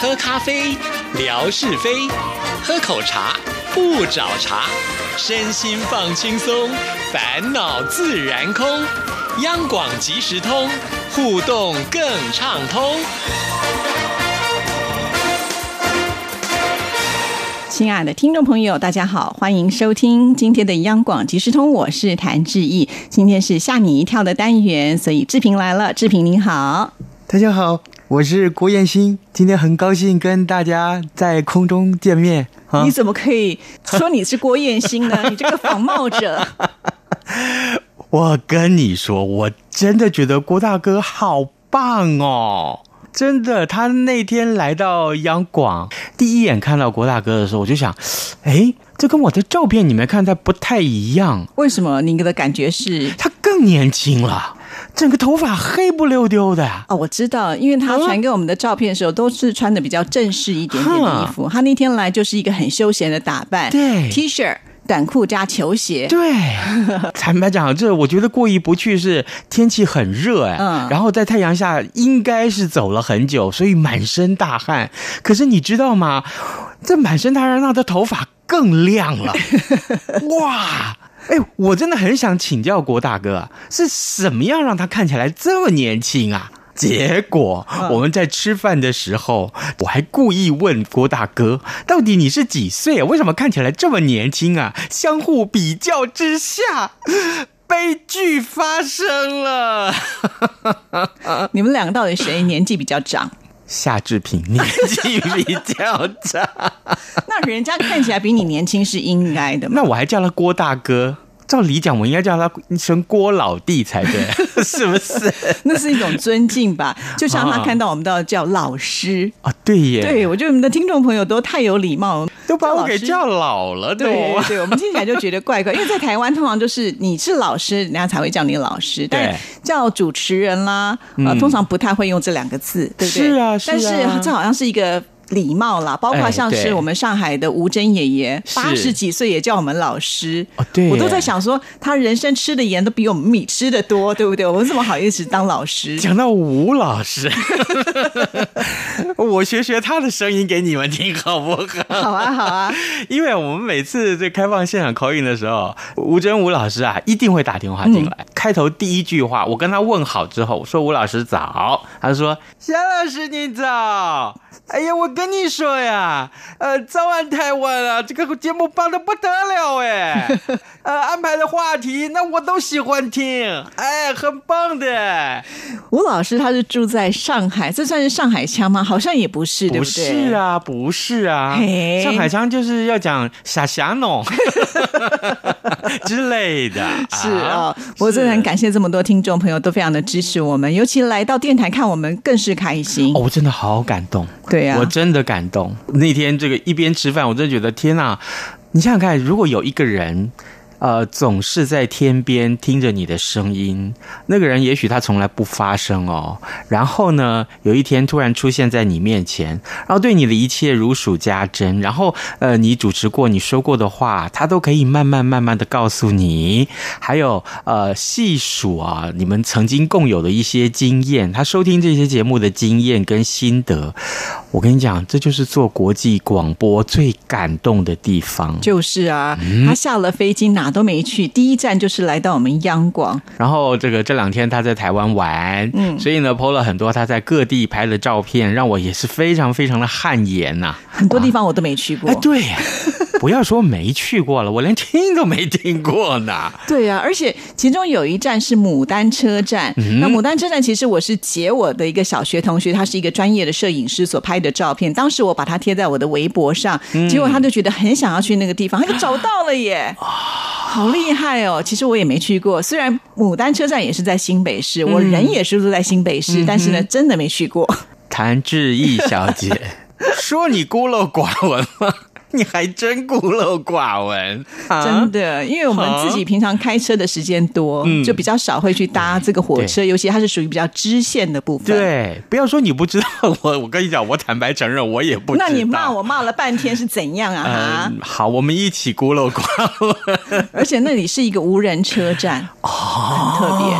喝咖啡，聊是非；喝口茶，不找茬。身心放轻松，烦恼自然空。央广即时通，互动更畅通。亲爱的听众朋友，大家好，欢迎收听今天的央广即时通，我是谭志毅。今天是吓你一跳的单元，所以志平来了，志平您好。大家好，我是郭彦新，今天很高兴跟大家在空中见面。啊你怎么可以说你是郭彦新呢？你这个仿冒者！我跟你说，我真的觉得郭大哥好棒哦！真的，他那天来到央广，第一眼看到郭大哥的时候，我就想，哎，这跟我的照片里面看他不太一样，为什么您的感觉是？他更年轻了，整个头发黑不溜丢的。哦，我知道，因为他传给我们的照片的时候，都是穿的比较正式一点点的衣服。他那天来就是一个很休闲的打扮，对，T 恤、短裤加球鞋，对，坦白讲，这我觉得过意不去是天气很热哎，嗯然后在太阳下应该是走了很久，所以满身大汗。可是你知道吗？这满身大汗让他头发更亮了，哇！哎，我真的很想请教郭大哥，啊是什么样让他看起来这么年轻啊？结果我们在吃饭的时候，我还故意问郭大哥，到底你是几岁啊？为什么看起来这么年轻啊？相互比较之下，悲剧发生了。你们两个到底谁年纪比较长？夏志平年纪比较长，那人家看起来比你年轻是应该的嘛？ 那我还叫他郭大哥。照理讲，我应该叫他一声郭老弟才 对，是不是？ 那是一种尊敬 吧，就像他啊看到我们都叫老师。啊，对耶，对，我觉得我们的听众朋友都太有礼 貌，都把我老给师叫老了都。对对，我们听起来就觉得怪 怪，因为在台湾通常就是你是老师，人家才会叫你老师，但对叫主持人啦，呃，嗯通常不太会用这两个字，对不对？是啊是啊但是这好像是一个。礼貌啦，包括哎像是对我们上海的吴珍爷爷，是八十几岁也叫我们老师，哦对我都耶在想说，他人生吃的盐都比我们米吃的多，对不对？我们怎么好意思当老 师？讲到吴老师， 我学学他的声音给你们听好不好？好啊，好啊， 因为我们每次这开放现场口音的时候，吴真吴老师啊一定会打电话进来。开头第一句话，我跟他问好之后，我说吴老师早，他说夏老师你早。哎呀，我跟你说呀，呃，早安台湾啊，这个节目棒的不得了 哎，呃，安排的话题那我都喜欢听，哎，很棒的。吴老师他是住在上海，这算是上海腔吗？好像也不是，对不对？是啊，不是啊嘿，上海腔就是要讲傻傻 弄之类的，是啊、我真的很感谢这么多听众朋友都非常的支持我们，尤其来到电台看我们更是开心。哦，我真的好感动，对啊我真的感动。那天这个一边吃饭，我真的觉得天呐，你想想看，如果有一个人。呃，总是在天边听着你的声音，那个人也许他从来不发声哦。然后呢，有一天突然出现在你面前，然后对你的一切如数家珍，然后呃，你主持过、你说过的话，他都可以慢慢慢慢的告诉你。还有呃，细数啊，你们曾经共有的一些经验，他收听这些节目的经验跟心得，我跟你讲，这就是做国际广播最感动的地方。就是啊，嗯他下了飞机哪都没去，第一站就是来到我们央广。然后这个这两天他在台湾玩，嗯所以呢，PO 了很多他在各地拍的照片，让我也是非常非常的汗颜呐、很多地方我都没去过，哎，对，不要说没去过了，我连听都没听过呢。 对啊，而且其中有一站是牡丹车站。那牡丹车站其实我是截我的一个小学同学，他是一个专业的摄影师所拍的照片。当时我把它贴在我的微博上，结果他就觉得很想要去那个地方，他就找到了耶。好厉害哦！其实我也没去过，虽然牡丹车站也是在新北市，我人也是住在新北市，但是呢，真的没去过。谭志毅小姐， 说你孤陋寡闻吗？你还真孤陋寡闻， 啊真的，因为我们自己平常开车的时间多，就比较少会去搭这个火车，尤其它是属于比较支线的部分。对，不要说你不知道，我我跟你讲，我坦白承认，我也不知道。那你骂我骂了半天是怎样啊？哈嗯，好，我们一起孤陋寡闻。哦而且那里是一个无人车站，很特别。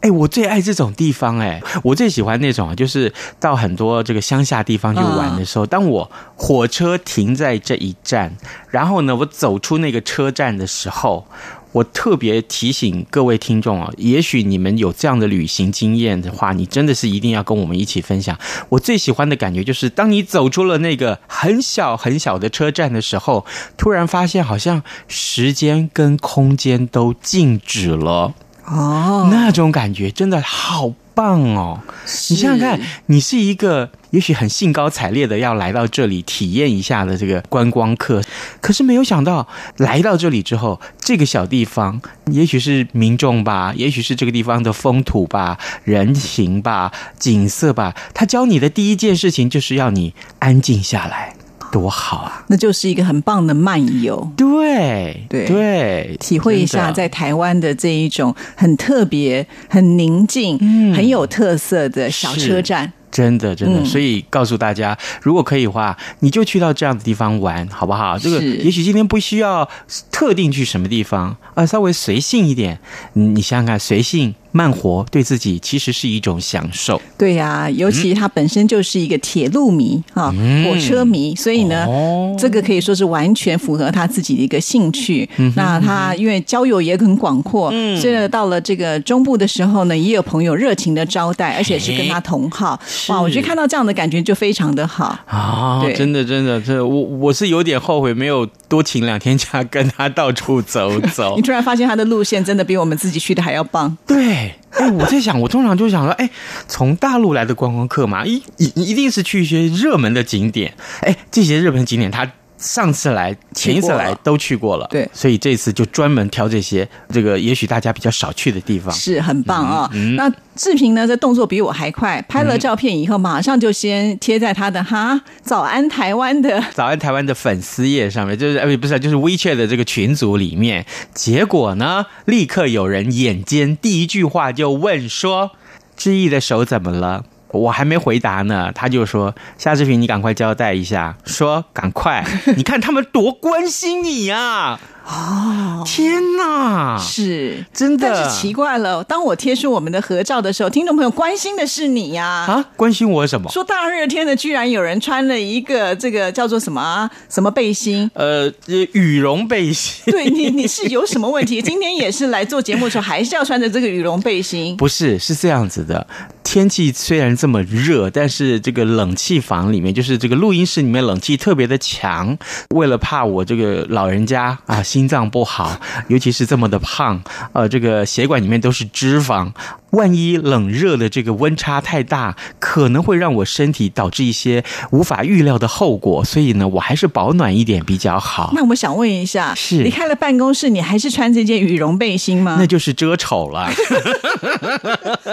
哎、我最爱这种地方、哎，我最喜欢那种啊，就是到很多这个乡下地方去玩的时候，当我火车停在这一站，然后呢，我走出那个车站的时候。我特别提醒各位听众啊，也许你们有这样的旅行经验的话，你真的是一定要跟我们一起分享。我最喜欢的感觉就是，当你走出了那个很小很小的车站的时候，突然发现好像时间跟空间都静止了。哦，那种感觉真的好棒哦！是你想想看，你是一个也许很兴高采烈的要来到这里体验一下的这个观光客，可是没有想到来到这里之后，这个小地方，也许是民众吧，也许是这个地方的风土吧、人情吧、景色吧，他教你的第一件事情就是要你安静下来，多好啊！那就是一个很棒的漫游。对对对，体会一下真的在台湾的这一种很特别、很宁静、嗯很有特色的小是车站。真的，真的，嗯所以告诉大家，如果可以的话，你就去到这样的地方玩，好不好？这个是也许今天不需要特定去什么地方啊，稍微随性一点。嗯你想想看，随性慢活，对自己其实是一种享受。对呀、尤其他本身就是一个铁路迷哈、嗯火车迷，所以呢，哦这个可以说是完全符合他自己的一个兴趣。嗯那他因为交友也很广阔，所以呢，到了这个中部的时候呢，也有朋友热情的招待，而且是跟哎他同好。哇，我觉得看到这样的感觉就非常的好。啊，对真的，真的，这我我是有点后悔没有多请两天假跟他到处走走你。突然发现他的路线真的比我们自己去的还要棒。对，哎，我在想，我通常就想说，哎，从大陆来的观光客嘛，一一一定是去一些热门的景点，哎，这些热门景点他。上次来、前一次来都去过了，对所以这次就专门挑这些这个也许大家比较少去的地方。是很棒啊、嗯那志平呢，这动作比我还快，拍了照片以后，马上就先贴在他的哈“早安台湾”的早安台湾的粉丝页上面，就是哎不是啊，就是 WeChat 的这个群组里面，结果呢，立刻有人眼尖，第一句话就问说：“志毅的手怎么了？”我还没回答呢，他就说：“夏志平，你赶快交代一下，说赶 快，你看他们多关心你呀、啊！天哪，哦是。真的但是奇怪了，当我贴出我们的合照的时候，听众朋友关心的是你呀、啊，关心我什么？？说大热天的，居然有人穿了一个这个叫做什么啊什么背心 呃，羽绒背心。”对你，你是有什么问题？今天也是来做节目的时候，还是要穿着这个羽绒背心？不是，是这样子的。天气虽然这么热，但是这个冷气房里面，就是这个录音室里面冷气特别的强。为了怕我这个老人家啊心脏不好，尤其是这么的胖，呃，这个血管里面都是脂肪，万一冷热的这个温差太大，可能会让我身体导致一些无法预料的后果。所以呢，我还是保暖一点比较好。那我想问一下，是离开了办公室，你还是穿这件羽绒背心吗那？就是遮丑了。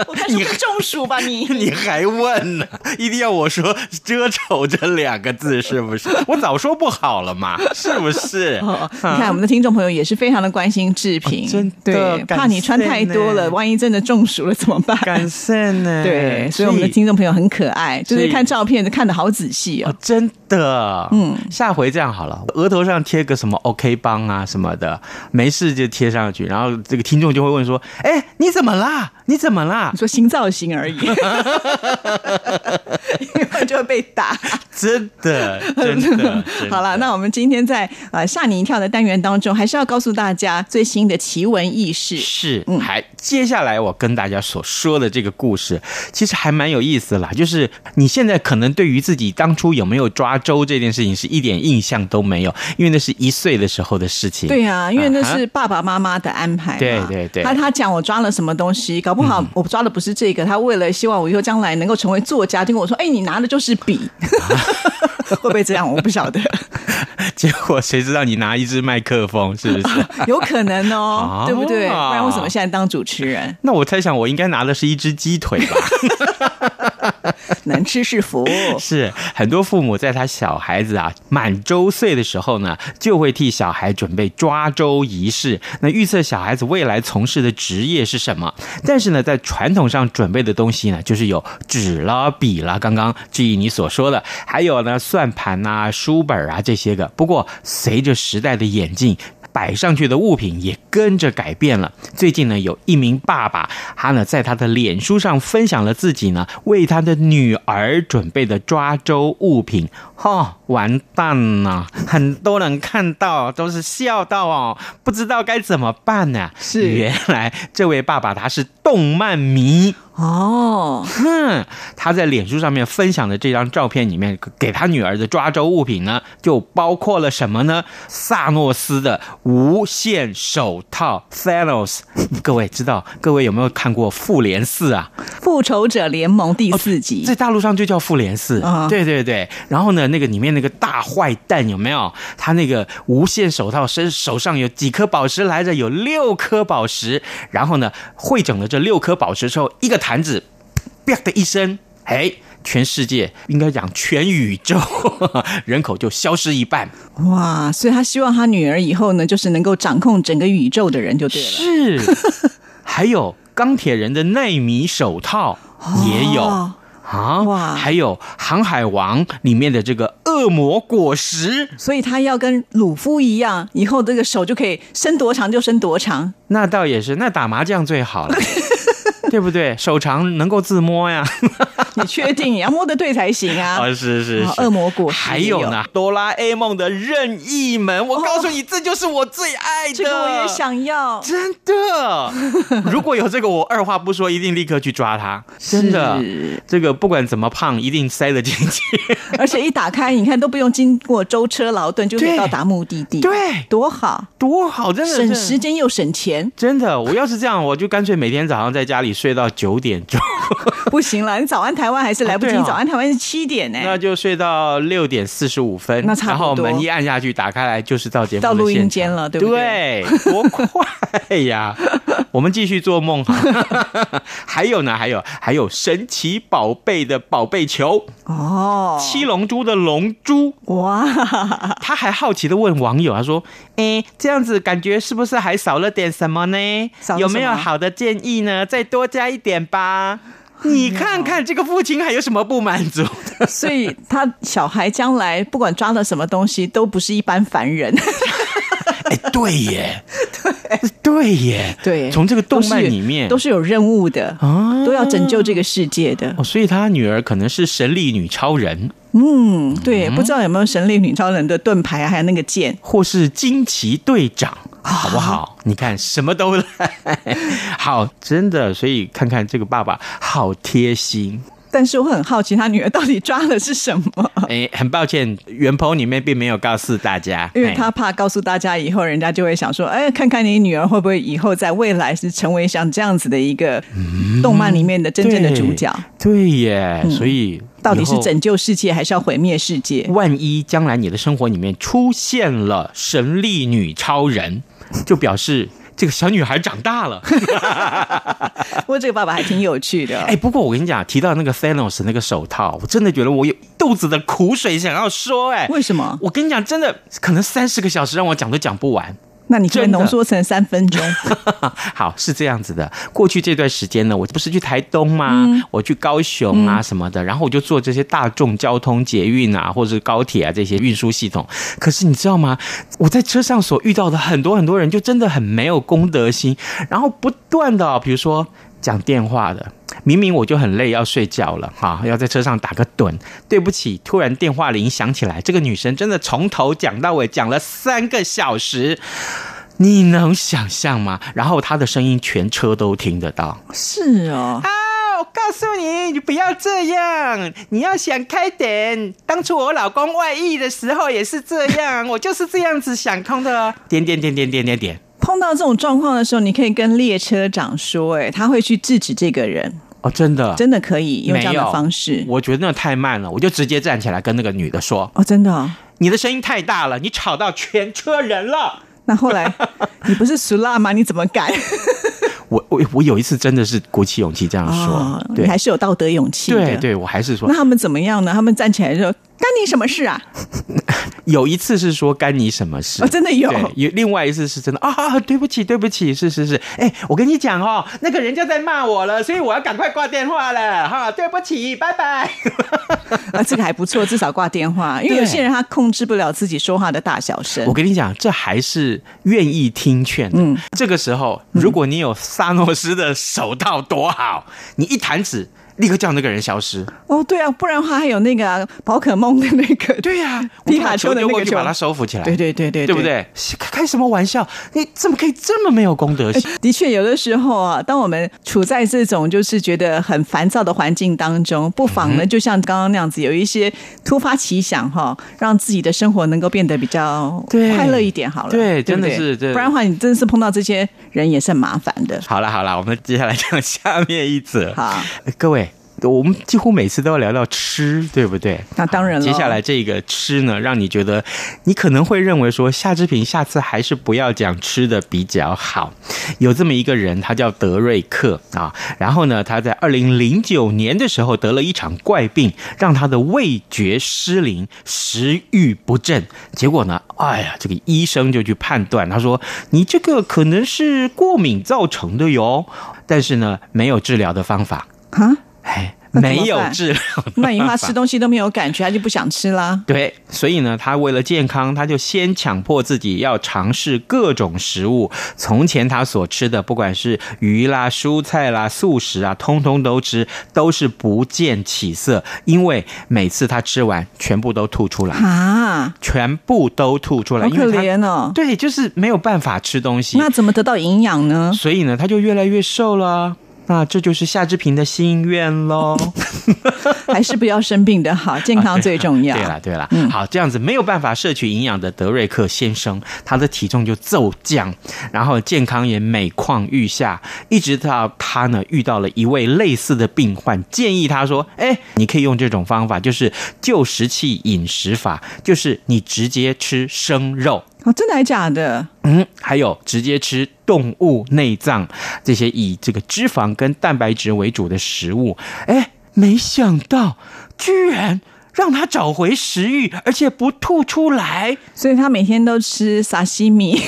我看是不是中暑吧 你？你还问呢？ 一定要我说“遮丑”这两个字是 不是？我早说不好了嘛，是不是？哦，你看我们的听众朋友也是非常的关心志平，哦真的对，感怕你穿太多谢了，呢万一真的中暑了怎么办？感谢 呢。对，所以我们的听众朋友很可爱，就所是以看照片看的好仔细哦哦。，真的，嗯，下回这样好了，额头上贴个什么 OK 帮啊什么的，没事就贴上去，然后这个听众就会问说：“哎，你怎么啦？你怎么啦你说新造型 而已，因为就会被打。？”真的， 真的，真的好了，那我们今天在呃吓你一跳的单元当中，还是要告诉大家最新的奇闻异事。是，还接下来我跟大家所说的这个故事，其实还蛮有意思啦。就是你现在可能对于自己当初有没有抓周这件事情是一点印象都没有，因为那是一岁的时候的事情。对啊，因为那是啊爸爸妈妈的安排嘛。对对对嗯他他讲我抓了什么东西，搞不好我抓的不是这个。他为了希望我以后将来能够成为作家，就跟我说：“哎，你拿的就是 笔。” 会不会这样？我不晓得，哈 结果谁知道你拿一支麦克风，是不是？有可能哦啊，对不对？不然为什么现在当主持人？那我猜想，我应该拿的是一只鸡腿吧。能吃是 福。是很多父母在他小孩子啊满周岁的时候呢，就会替小孩准备抓周仪式，那预测小孩子未来从事的职业是什么。但是呢，在传统上准备的东西呢，就是有纸啦、笔啦，刚刚至于你所说的，啊还有呢算盘呐、书本啊这些个。不过随着时代的演进，摆上去的物品也跟着改变了。最近呢，有一名爸爸，他呢在他的脸书上分享了自己呢为他的女儿准备的抓周物品。哈、完蛋了！很多人看到都是笑到哦，不知道该怎么办呢、是原来这位爸爸他是动漫迷。哦，哼， 他在脸书上面分享的这张照片里面，给他女儿的抓周物品呢，就包括了什么呢？萨诺斯的无限手套 （Thanos）。各位知道，各位有没有看过《复联四》啊？复仇者联盟第哦四集在，大陆上就叫复联四、啊对对对。然后呢，那个里面那个大坏蛋有没有？他那个无限手套身手上有几颗宝石来着？有六颗宝石。然后呢，汇整了这六颗宝石之后，一个弹指，啪的一声，哎。全世界应该讲全宇宙 人口就消失一半，哇！所以他希望他女儿以后呢，就是能够掌控整个宇宙的人就对了。 是，还有钢铁人的奈米手套也有、哦啊，哇还有《航海王》里面的这个恶魔果实。所以他要跟鲁夫一样，以后这个手就可以伸多长就伸多 长。那倒也是，那打麻将最 好了，对不对？手长能够自摸呀。你确定也要摸得对才行 啊？啊，是是啊是，恶魔果实还也有有呢，哆啦 A 梦的任意门，我告诉你，这就是我最爱的。这个我也。想要。真 的，如果有这个，我二话不说，一定立刻去抓他。真的是，这个不管怎么胖，一定塞得进去。 而且一打开，你看都不用经过舟车劳顿就可以对到达目的地，对，多好，多好，真的省真的时间又省钱。真的，我要是这样，我就干脆每天早上在家里睡到九点钟，不行了，你早安台湾还是来不及，哦对哦早安台湾是七点呢、那就睡到六点四十五分，哎那差然不多后门一按下去，打开来就是到节目的到录音现场间了对对不多快 呀！我们继续做梦哈。 还有呢，还有还有神奇宝贝的宝贝球，哦，七龙珠的龙珠，哇，他还好奇的问网友，他说：“诶，这样子感觉是不是还少了点什么呢？少了什么有没有好的建议呢？再多加一点吧。”你看看这个父亲还有什么不满足？所以他小孩将来不管抓了什么东西，都不是一般凡人。 哎，对耶，对对耶，对，从这个动漫都是里面都是有任务的，啊都要拯救这个世界的。哦，所以他女儿可能是神力女超人，嗯，对，不知道有没有神力女超人的盾牌，还有那个剑。或是惊奇队长，啊好不好？你看什 么都来，好，真的，所以看看这个爸爸好 贴心。但是我很好奇，他女儿到底抓的是什 么？哎，很抱歉，原 po 里面并没有告诉大家，因为哎他怕告诉大家以后，人家就会想说，哎，看看你女儿会不会以后在未来是成为像这样子的一个动漫里面的真正的主角，嗯嗯对对耶，所以到底以是后拯救世界还是要毁灭世界？万一将来你的生活里面出现了神力女超 人，就表示这个小女孩长大了。不过这个爸爸还挺有趣的。 哎，不过我跟你讲，提到那个 Thanos 那个手套，我真的觉得我有一肚子的苦水想要说、哎，为什么？我跟你讲，真的可能三十个小时让我讲都讲不完。那你可不可以真的浓缩成三分钟。 好，是这样子的。过去这段时间呢，我不是去台东吗？我去高雄啊什么的，然后我就坐这些大众交通、捷运啊，或者是高铁啊这些运输系统。可是你知道吗？我在车上所遇到的很多很多人，就真的很没有公德心，然后不断的、比如说讲电话的。明明我就很累，要睡觉了哈，要在车上打个盹。对不起，突然电话铃响起来，这个女生真的从头讲到尾，讲了三个小时。你能想象吗？然后他的声音全车都听得到。 是哦，啊，我告诉你，你不要这样，你要想开点。当初我老公外遇的时候也是这 样，我就是这样子想通的。点点点点点点点。碰到这种状况的时候，你可以跟列车长说、哎，他会去制止这个人，哦，真的，真的可以用没这样的方式。我觉得那太慢了，我就直接站起来跟那个女的说哦，真的、哦。：“你的声音太大了，你吵到全车人了。”那后 来你不是熟辣吗？你怎么 敢？我我我有一次真的是鼓起勇气这样说，哦你对还是有道德勇气的。对对，我还是说那他们怎么样呢？他们站起来说：“干你什么事啊？有一次是说干你什么事哦，，真的有， 对，有另外一次是真的啊，对不起，对不起，是是是，哎、我跟你讲哦，那个人家在骂我了，所以我要赶快挂电话了，哈，对不起，拜 拜。啊，这个还不错，至少挂电话，因为对有些人他控制不了自己说话的大小声我。跟你讲，这还是愿意听劝的。嗯这个时候，如果你有萨诺斯的手套多好，你一弹指，立刻叫那个人消失。哦，对啊，不然的话还有那个啊宝可梦的那个，对呀、我皮把卡球丘的丢那过个去，球把他收服起来。对对对对， 对不？对？开开什么玩笑？你怎么可以这么没有公德心？呃的确，有的时候啊，当我们处在这种就是觉得很烦躁的环境当中，不妨嗯呢，就像刚刚那样子，有一些突发奇想哈，让自己的生活能够变得比较对快乐一点好了。对不真的是对不然的话，你真的是碰到这些人也是很麻烦 的。好了好了，我们接下来讲下面一则。好，呃各位，我们几乎每次都要聊到吃，对不对？那当然了接下来这个吃呢，让你觉得你可能会认为说，夏志平下次还是不要讲吃的比较好。有这么一个人，他叫德瑞克啊，然后呢，他在二零零九年的时候得了一场怪病，让他的味觉失灵，食欲不振。结果呢，哎呀，这个医生就去判断，他说你这个可能是过敏造成的哟，但是呢，没有治疗的方法。啊，哎，那怎么没有办治疗的 那以后他办法吃东西都没有感觉，他就不想吃啦。对，所以呢，他为了健康，他就先强迫自己要尝试各种食物。从前他所吃的，不管是鱼啦、蔬菜啦、素食啊，通通都吃，都是不见起色，因为每次他吃完，全部都吐出来，啊，全部都吐出来，好因可为他怜哦。对，就是没有办法吃东西。那怎么得到营养呢？所以呢，他就越来越瘦了。那这就是夏志平的心愿喽。 还是不要生病的好，健康最重要。啊嗯对啊了，对了，好，这样子没有办法摄取营养的德瑞克先生，他的体重就骤降，然后健康也每况愈下，一直到他呢遇到了一位类似的病患，建议他说：“哎，你可以用这种方法，就是旧石器饮食法，就是你直接吃生肉。”哦，真的还假的？嗯，还有直接吃动物内脏这些以这个脂肪跟蛋白质为主的食物，哎，没想到居然让他找回食欲，而且不吐出来所以他每天都吃沙西 米，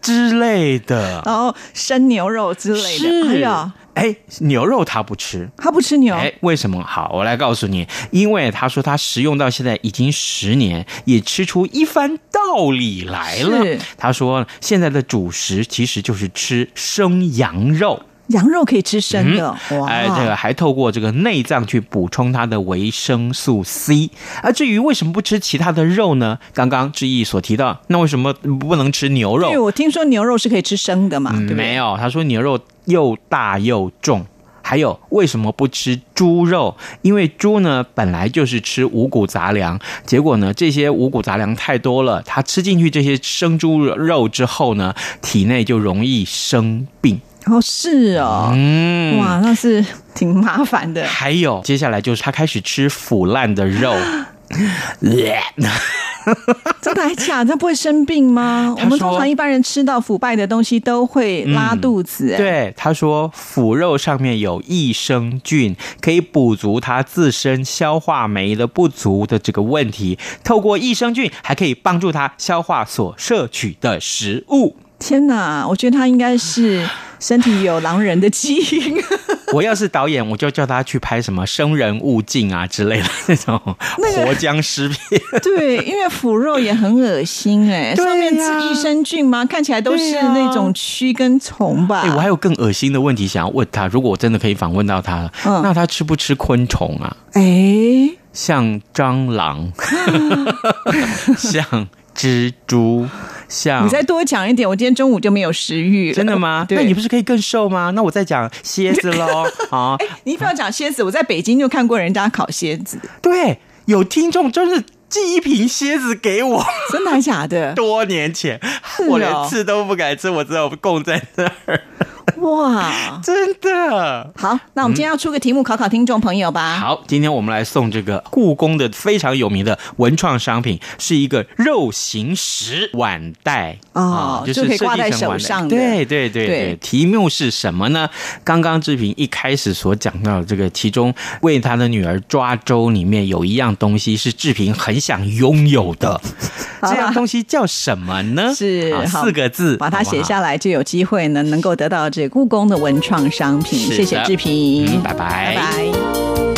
之类的。然后生牛肉之类的。哎是呀，，哎，牛肉他不吃。他不吃牛，哎，为什么？好，我来告诉你，因为他说他食用到现在已经十年，也吃出一番道理来了是。他说现在的主食其实就是吃生羊肉。羊肉可以吃生的。哇，哎，这个还透过这个内脏去补充它的维生素 C。而至于为什么不吃其他的肉呢？刚刚志毅所提到，那为什么不能吃牛对，肉？我听说牛肉是可以吃生的嘛，对不对？嗯没有，他说牛肉又大又重。还有，为什么不吃猪肉？因为猪呢本来就是吃五谷杂粮，结果呢这些五谷杂粮太多了，它吃进去这些生猪肉之后呢，体内就容易生病。哦，是哦，嗯，哇，那是挺麻烦 的。还有，接下来就是他开始吃腐烂的肉。真的还假的？他不会生病吗？他我们说嗯通常一般人吃到腐败的东西都会拉肚子、哎，对，他说腐肉上面有益生菌，可以补足他自身消化酶的不足的这个问题。透过益生菌，还可以帮助他消化所摄取的食物。天哪，我觉得他应该是身体有狼人的基因。我要是导演，我就叫他去拍什么生人勿近啊之类的那种活僵尸片。 对，因为腐肉也很恶心哎、对呀上面是益生菌吗？看起来都对是呀那种蛆跟虫吧。哎、我还有更恶心的问题想要问他，如果我真的可以访问到他了，嗯那他吃不吃昆虫啊？哎像 蟑螂，像蜘蛛，像你再多讲一点，我今天中午就没有食欲了。啊真的吗？对哎那你不是可以更瘦吗？那我再讲蝎子 喽啊！你不要讲蝎子，我在北京就看过人家烤蝎子，对，有听众真是寄一瓶蝎子给我，真的还 假的？多年前哦 我连吃都不敢吃，我只有供在那儿。哇，真的。好，那我们今天要出个题目考考听众朋友吧。嗯好，今天我们来送这个故宫的非常有名的文创商品，是一个肉形石碗袋哦啊就就可是以挂设在计成手碗袋上的对对对对对，题目是什么呢？刚刚志平一开始所讲到的这个，其中为他的女儿抓周里面有一样东西是志平很想拥有 的，好这样东西叫什么呢？是啊好四个字，把它写好下来，就有机会呢，能够得到这故宫的文创商品。是的谢谢志平，嗯嗯拜拜拜拜